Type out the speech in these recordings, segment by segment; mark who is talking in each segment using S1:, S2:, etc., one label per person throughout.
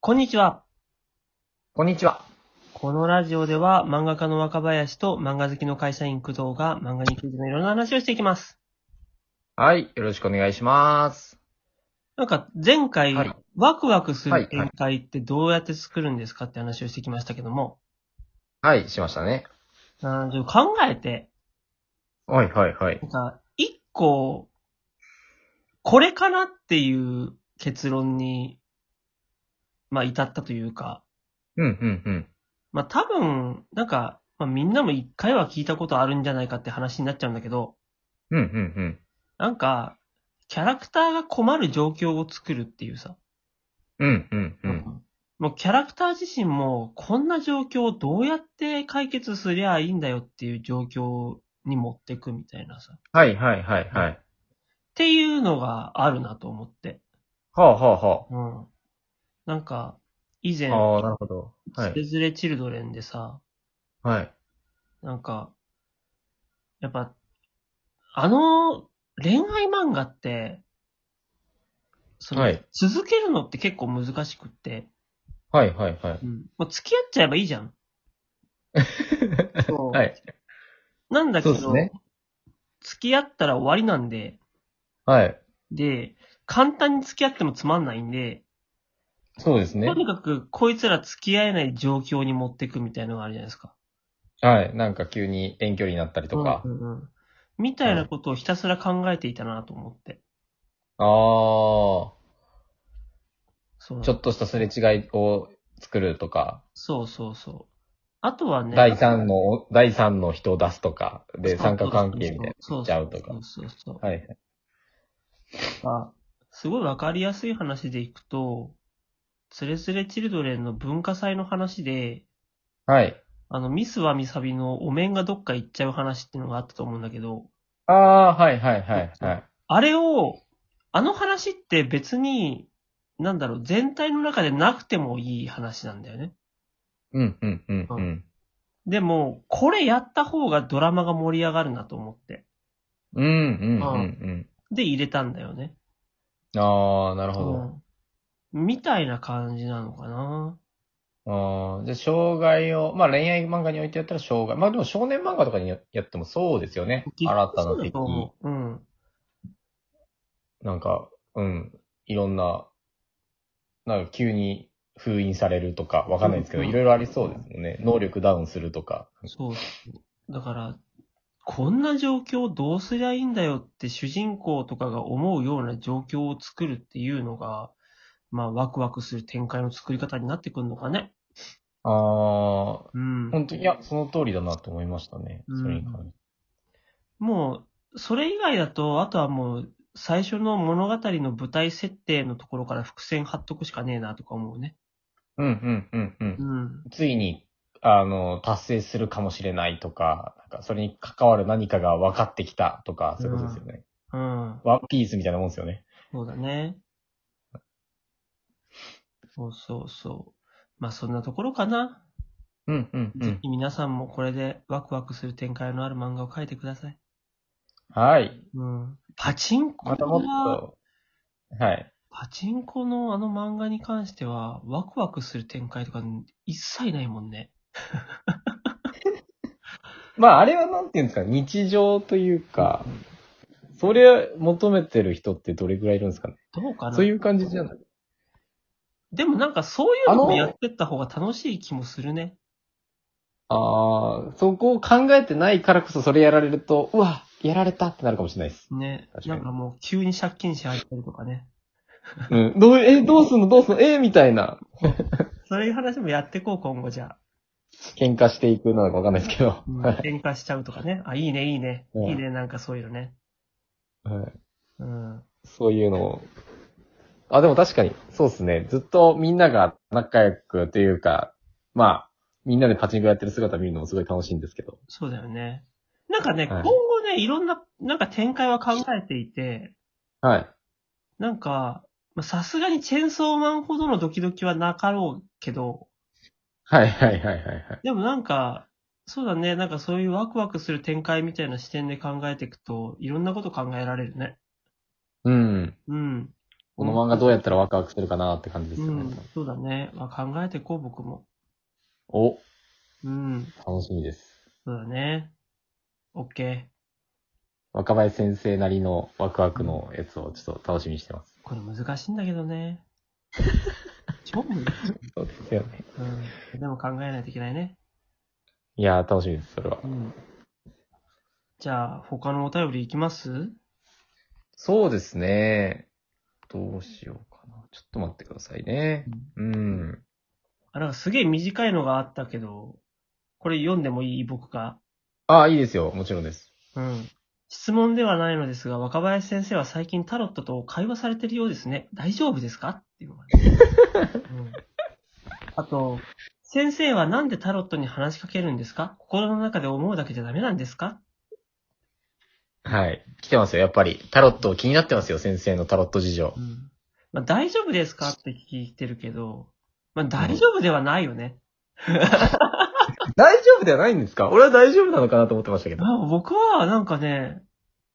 S1: こんにちは。
S2: こんにちは。
S1: このラジオでは漫画家の若林と漫画好きの会社員工藤が漫画についてのいろんな話をしていきます。
S2: はい。よろしくお願いします。
S1: なんか前回、
S2: はい
S1: ワクワクす
S2: はいは
S1: る
S2: い
S1: 展開ってどうやって作るんですかって話をしてきましたけども、
S2: はい、しましたね。
S1: うんちょっと考えて、
S2: はい、はい、はい。
S1: なんか一個、これかなっていう結論に、まあ至ったというか、
S2: うん、うん、うん。
S1: まあ多分、なんか、まあみんなも一回は聞いたことあるんじゃないかって話になっちゃうんだけど、
S2: うん、うん、
S1: なんか、キャラクターが困る状況を作るっていうさ。
S2: うん。うん、うん、うん。
S1: もうキャラクター自身も、こんな状況をどうやって解決すりゃいいんだよっていう状況に持ってくみたいなさ。っ
S2: はい、はい、はい、はい。
S1: ていうのがあるなと思って。
S2: はあ、はあ、は
S1: うん。なんか、以前
S2: あ。、ああ、なるほど。は
S1: ズレ
S2: い。
S1: ズレチルドレンでさ、
S2: はい。
S1: なんか、やっぱ、あの、恋愛漫画って、その、
S2: はい
S1: 続けるのって結構難しくって、
S2: はい、はい、はい。
S1: もう付き合っちゃえばいいじゃん。 そう
S2: はい。
S1: なんだけ
S2: そう
S1: ど、
S2: ですね。
S1: 付き合ったら終わりなんで、
S2: はい。
S1: で、簡単に付き合ってもつまんないんで、
S2: そうですね
S1: と。にかくこいつら付き合えない状況に持ってくみたいなのがあるじゃないですか。
S2: はい。なんか急に遠距離になったりとか
S1: う。んうんうんみたいなことをひたすら考えていたなと思って。
S2: ああ、ちょ
S1: そう
S2: っとしたすれ違いを作るとか、
S1: そうそうそう。あとはね。
S2: 第三の、第三の人を出すとか、
S1: そうそ
S2: で、
S1: うそう
S2: 三角関係みたいになっちゃうと
S1: そ
S2: か
S1: う。そうそうそう。
S2: はい。
S1: あすごいわかりやすい話でいくと、つれつれチルドレンの文化祭の話で、
S2: はい。
S1: あの、ミスはミサビのお面がどっか行っちゃう話っていうのがあったと思うんだけど、
S2: ああ、はい、はい、はい、はい。
S1: あれを、あの話って別に、なんだろう、全体の中でなくてもいい話なんだよね。
S2: うん、うん、うん、うん。
S1: でも、これやった方がドラマが盛り上がるなと思って。
S2: うん、うん、うん、
S1: で、入れたんだよね。
S2: うん。ああ、なるほど。
S1: うんみたいな感じなのかな。
S2: ああ、じゃあ、障害を、まあ恋愛漫画においてやったら障害。まあでも少年漫画とかにややってもそうですよね。新た
S1: そう
S2: な
S1: だ
S2: 敵
S1: と。思う。うん。
S2: なんか、うん。いろんな、なんか急に封印されるとか、わかんないですけど、
S1: うん
S2: いろいろありそうですもんね。能力ダウンするとか。
S1: そうそう。だから、こんな状況どうすりゃいいんだよって主人公とかが思うような状況を作るっていうのが、まあ、ワクワクする展開の作り方になってくるのかね。
S2: ああ、
S1: うん。
S2: 本当に、いや、その通りだなと思いましたね。
S1: うん
S2: それに関して。
S1: もう、それ以外だと、あとはもう、最初の物語の舞台設定のところから伏線貼っとくしかねえなとか思うね。
S2: うん、うん、うん、うん
S1: う。ん。
S2: ついに、あの、達成するかもしれないとか、なんかそれに関わる何かが分かってきたとか、そういうことですよね。
S1: うん。
S2: ワンピースみたいなもんですよね。
S1: そうだね。そうそうそう。まあ、そんなところかな。
S2: うんうんう
S1: ぜ
S2: ん。
S1: ひ皆さんもこれでワクワクする展開のある漫画を描いてください。
S2: はい。
S1: うん。パチンコ
S2: またもっ
S1: は、
S2: と、はい。
S1: パチンコのあの漫画に関しては、ワクワクする展開とか一切ないもんね。
S2: まあ、あれはなんていうんですか、日常というか、それ求めてる人ってどれぐらいいるんですかね。
S1: どうかな
S2: そういう感じじゃない
S1: でもなんかそういうの
S2: あ
S1: も
S2: の
S1: やってった方が楽しい気もするね。
S2: ああ、そこを考えてないからこそそれやられると、うわ、やられたってなるかもしれないです。
S1: ね。
S2: 確か
S1: な
S2: に
S1: んかもう急に借金し入ったりとかね。
S2: うん。どう、え、どうすんのどうすんのえみたいな。
S1: そういう話もやってこう、今後じゃあ。
S2: 喧嘩していくなのかわかんないですけど。
S1: うん
S2: はい
S1: 喧嘩しちゃうとかね。あ、いいね、いいね。
S2: うん
S1: いいね、なんかそういうのね。
S2: はい。
S1: うん。
S2: そういうのを。あ、でも確かに、そうですね。ずっとみんなが仲良くというか、まあ、みんなでパチンコやってる姿見るのもすごい楽しいんですけど。
S1: そうだよね。なんかね、
S2: は
S1: 今
S2: い
S1: 後ね、いろんな、なんか展開は考えていて、
S2: はい。
S1: なんか、まあさすがにチェンソーマンほどのドキドキはなかろうけど、
S2: はいはいはいはいはい。
S1: でもなんか、そうだね、なんかそういうワクワクする展開みたいな視点で考えていくと、いろんなこと考えられるね。
S2: うん。
S1: うん。
S2: この漫画どうやったらワクワクするかなって感じですよ
S1: う
S2: ね。
S1: ん、そうだね。まあ、考えてこう、僕も。
S2: お、
S1: うん、
S2: 楽しみです。
S1: そうだね。OK。
S2: 若林先生なりのワクワクのやつをちょっと楽しみにしてます。
S1: これ難しいんだけど ね。超難しい。
S2: そうですよね。
S1: うん。でも考えないといけないね。
S2: いやー、楽しみです、それは。
S1: うん。じゃあ、他のお便りいきます
S2: そうですね。どうしようかな。ちょっと待ってくださいね。うん。
S1: あ、なんかすげえ短いのがあったけど、これ読んでもいい僕が。
S2: ああ、いいですよ。もちろんです。
S1: うん。質問ではないのですが、若林先生は最近タロットと会話されてるようですね。大丈夫ですかっていうのが ね、うん。あと、先生はなんでタロットに話しかけるんですか心の中で思うだけじゃダメなんですか
S2: はい。来てますよ、やっぱり。タロット気になってますよ、先生のタロット事情
S1: う。ん。まあ、大丈夫ですかって聞いてるけど、まあ、大丈夫ではないよね。
S2: 大丈夫ではないんですか俺は大丈夫なのかなと思ってましたけど。
S1: まあ、僕は、なんかね、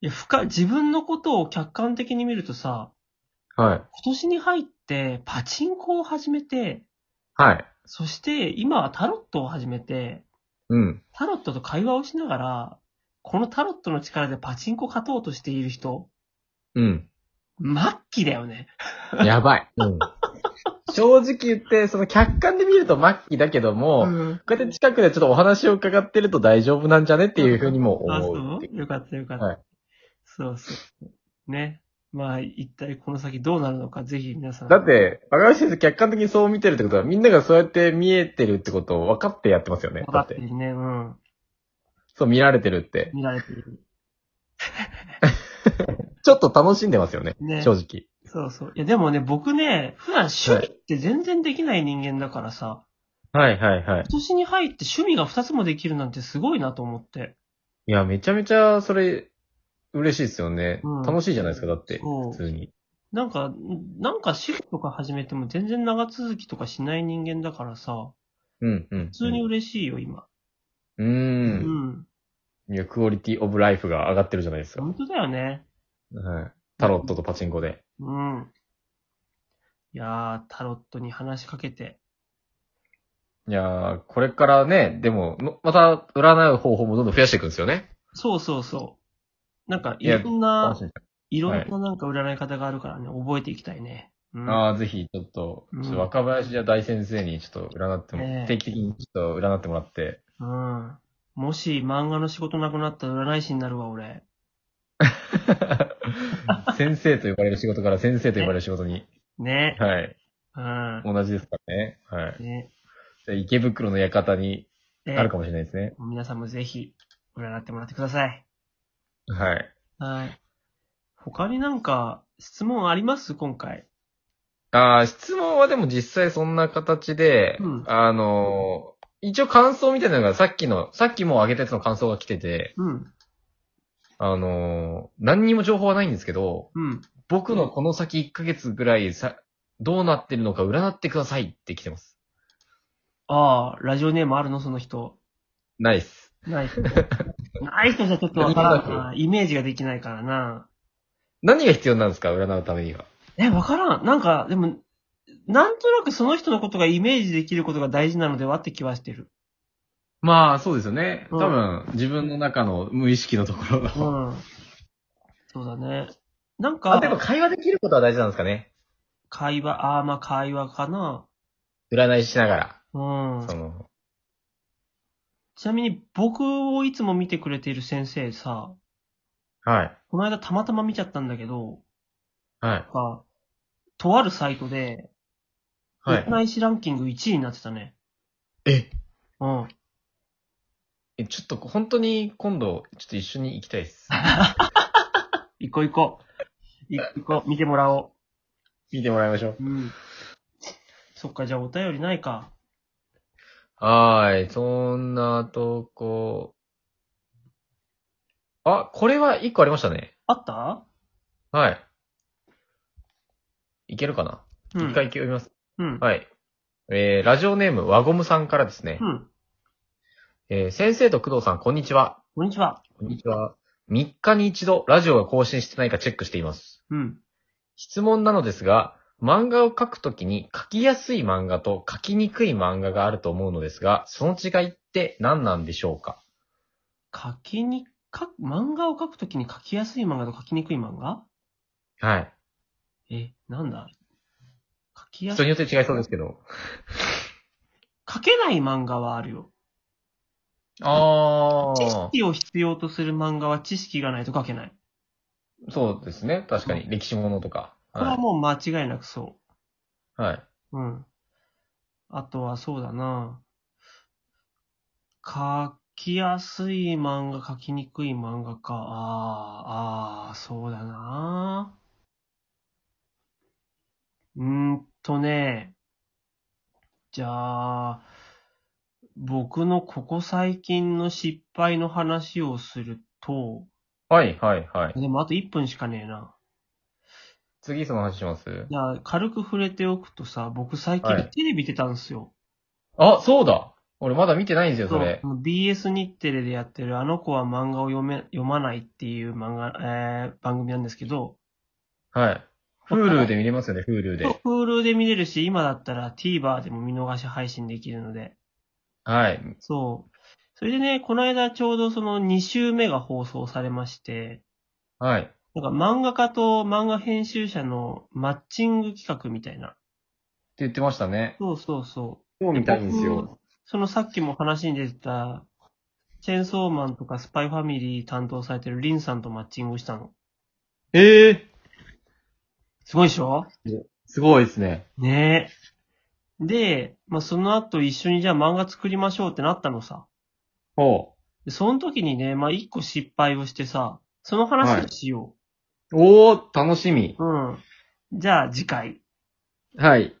S1: いや、深い、自分のことを客観的に見るとさ、
S2: はい。
S1: 今年に入ってパチンコを始めて、
S2: はい。
S1: そして今はタロットを始めて、
S2: うん。
S1: タロットと会話をしながら、このタロットの力でパチンコ勝とうとしている人、
S2: うん。
S1: 末期だよね。
S2: やばい。うん。正直言って、その客観で見ると末期だけども、
S1: ん。
S2: こうやって近くでちょっとお話を伺ってると大丈夫なんじゃねっていうふうにも
S1: あ、
S2: 思
S1: そう
S2: っていう
S1: うよかったよかった。
S2: はい
S1: そうそう。ね。まあ、一体この先どうなるのか、ぜひ皆さん。
S2: だっ、て、若林先生客観的にそう見てるってことは、みんながそうやって見えてるってことを分かってやってますよね。だ
S1: だ
S2: っ
S1: って
S2: て。
S1: ね、うん。
S2: そう見られてるって。
S1: 見られている。
S2: ちょっと楽しんでますよね。
S1: ね
S2: 正直。
S1: そうそう。いや、でもね、僕ね、普段趣味って全然できない人間だからさ、
S2: はいはいはい。
S1: 今年に入って趣味が2つもできるなんてすごいなと思って。
S2: いや、めちゃめちゃ、それ、嬉しいですよね。
S1: うん
S2: 楽しいじゃないですか、だって。
S1: そう
S2: 普通に。
S1: なんか、なんかシフトとか始めても全然長続きとかしない人間だからさ、
S2: うん、うん。普
S1: 普通に嬉しいよ、今。う
S2: う。
S1: んん。
S2: いや、クオリティオブライフが上がってるじゃないですか。
S1: 本当だよね。
S2: はい。タロットとパチンコで。
S1: うん。いやー、タロットに話しかけて。
S2: いやー、これからね、でも、のまた、占う方法もどんどん増やしていくんですよね。
S1: そうそうそう。なんか、い
S2: いや
S1: ろんな、
S2: あ
S1: いろ
S2: はい
S1: んななんか占い方があるからね、覚えていきたいね。うん。
S2: あー、ぜひ、ちょっと、
S1: うん
S2: ちょっと若林じゃ大先生に、ちょっと占っても、
S1: ねえ
S2: 定期的にちょっと占ってもらって。
S1: うん。もし漫画の仕事なくなったら占い師になるわ、俺。
S2: 先生と呼ばれる仕事から先生と呼ばれる仕事に。
S1: ね。
S2: はい。
S1: うん。
S2: 同じですからね。はい。
S1: ね。
S2: じゃあ池袋の館に
S1: で
S2: あるかもしれないですね。
S1: 皆さんもぜひ、占ってもらってください。
S2: はい。
S1: はい。他になんか、質問あります今回。
S2: ああ、質問はでも実際そんな形で、
S1: うん
S2: あのー一応感想みたいなのがさっきの、さっきもう上げたやつの感想が来てて、
S1: うん。
S2: あのー何にも情報はないんですけど、
S1: うん。
S2: 僕のこの先1ヶ月ぐらいさ、どうなってるのか占ってくださいって来てます。
S1: ああ、ラジオネームあるのその人。
S2: ナイス。
S1: ない 人。ない人じゃちょっとわからんな。イメージができないからな。
S2: 何が必要なんですか占うためには。
S1: え、わからん。なんか、でも、なんとなくその人のことがイメージできることが大事なのではって気はしてる。
S2: まあ、そうですよね。
S1: う
S2: 多
S1: ん
S2: 分、自分の中の無意識のところ
S1: う
S2: の。
S1: ん。そうだね。なんか、
S2: あ、でも会話できることは大事なんですかね。
S1: 会話、ああ、まあ会話かな。
S2: 占いしながら。
S1: うん
S2: そ。の、
S1: ちなみに僕をいつも見てくれている先生さ、
S2: はい。
S1: この間たまたま見ちゃったんだけど、
S2: はい。
S1: あとあるサイトで、
S2: はい。
S1: 占い師ランキング1位になってたね。
S2: え
S1: うん。
S2: え、ちょっと本当に今度、ちょっと一緒に行きたいです。
S1: 行こう行こう。行こう行こう。見てもらお
S2: 見てもらいましょう。
S1: う。うん。そっか、じゃあお便りないか。
S2: はーい、そんなとこ。あ、これは一個ありましたね。
S1: あった
S2: はい。いけるかな一、
S1: うん。
S2: 回読みます。
S1: うん。
S2: はい。えー、ラジオネーム、輪ゴムさんからですね。
S1: うん。
S2: えー、先生と工藤さん、こんにちは。
S1: こんにちは。
S2: こんにちは。3日に一度、ラジオが更新してないかチェックしています。
S1: うん。
S2: 質問なのですが、漫画を描くときに描きやすい漫画と描きにくい漫画があると思うのですが、その違いって何なんでしょうか
S1: 書きに、か、漫画を書くときに書きやすい漫画と書きにくい漫画
S2: はい。
S1: え、なんだ書きやす
S2: 人
S1: い。
S2: によって違いそうですけど。
S1: 書けない漫画はあるよ。
S2: あ
S1: 知識を必要とする漫画は知識がないと書けない。
S2: そうですね。確かに。歴史ものとか。
S1: これは
S2: は
S1: もう間違いなくそ
S2: い。はい。
S1: う。うん。あとはそうだな書きやすい漫画、書きにくい漫画か。あー、あー、そうだなうーんとね。じゃあ、僕のここ最近の失敗の話をすると、
S2: はい、はい、はい。
S1: でもあと1分しかねえな。
S2: 次その話します
S1: いや、軽く触れておくとさ、僕最
S2: は
S1: 近
S2: い
S1: テレビ出たんですよ。
S2: あ、そうだ俺まだ見てないんですよ、それ
S1: そ。う BS 日テレでやってるあの子は漫画を読め、読まないっていう漫画、えー、番組なんですけど、
S2: はい。Hulu で見れますよね、Hulu で。
S1: Hulu で見れるし、今だったら TVer でも見逃し配信できるので、
S2: はい。
S1: そう。それでね、この間ちょうどその2週目が放送されまして、
S2: はい。
S1: なんか漫画家と漫画編集者のマッチング企画みたいな。
S2: って言ってましたね。
S1: そうそうそう。
S2: 今日見たいんです
S1: 僕
S2: よ。
S1: そのさっきも話に出てた、チェーンソーマンとかスパイファミリー担当されてるリンさんとマッチングしたの。
S2: ええー、
S1: すごいでしょ
S2: すごいですね。
S1: ねえ。で、まあ、その後一緒にじゃあ漫画作りましょうってなったのさ。
S2: ほ
S1: でその時にね、まあ、一個失敗をしてさ、その話をしよ
S2: う。おー、楽しみ
S1: う。。うん。じゃあ次回。
S2: はい。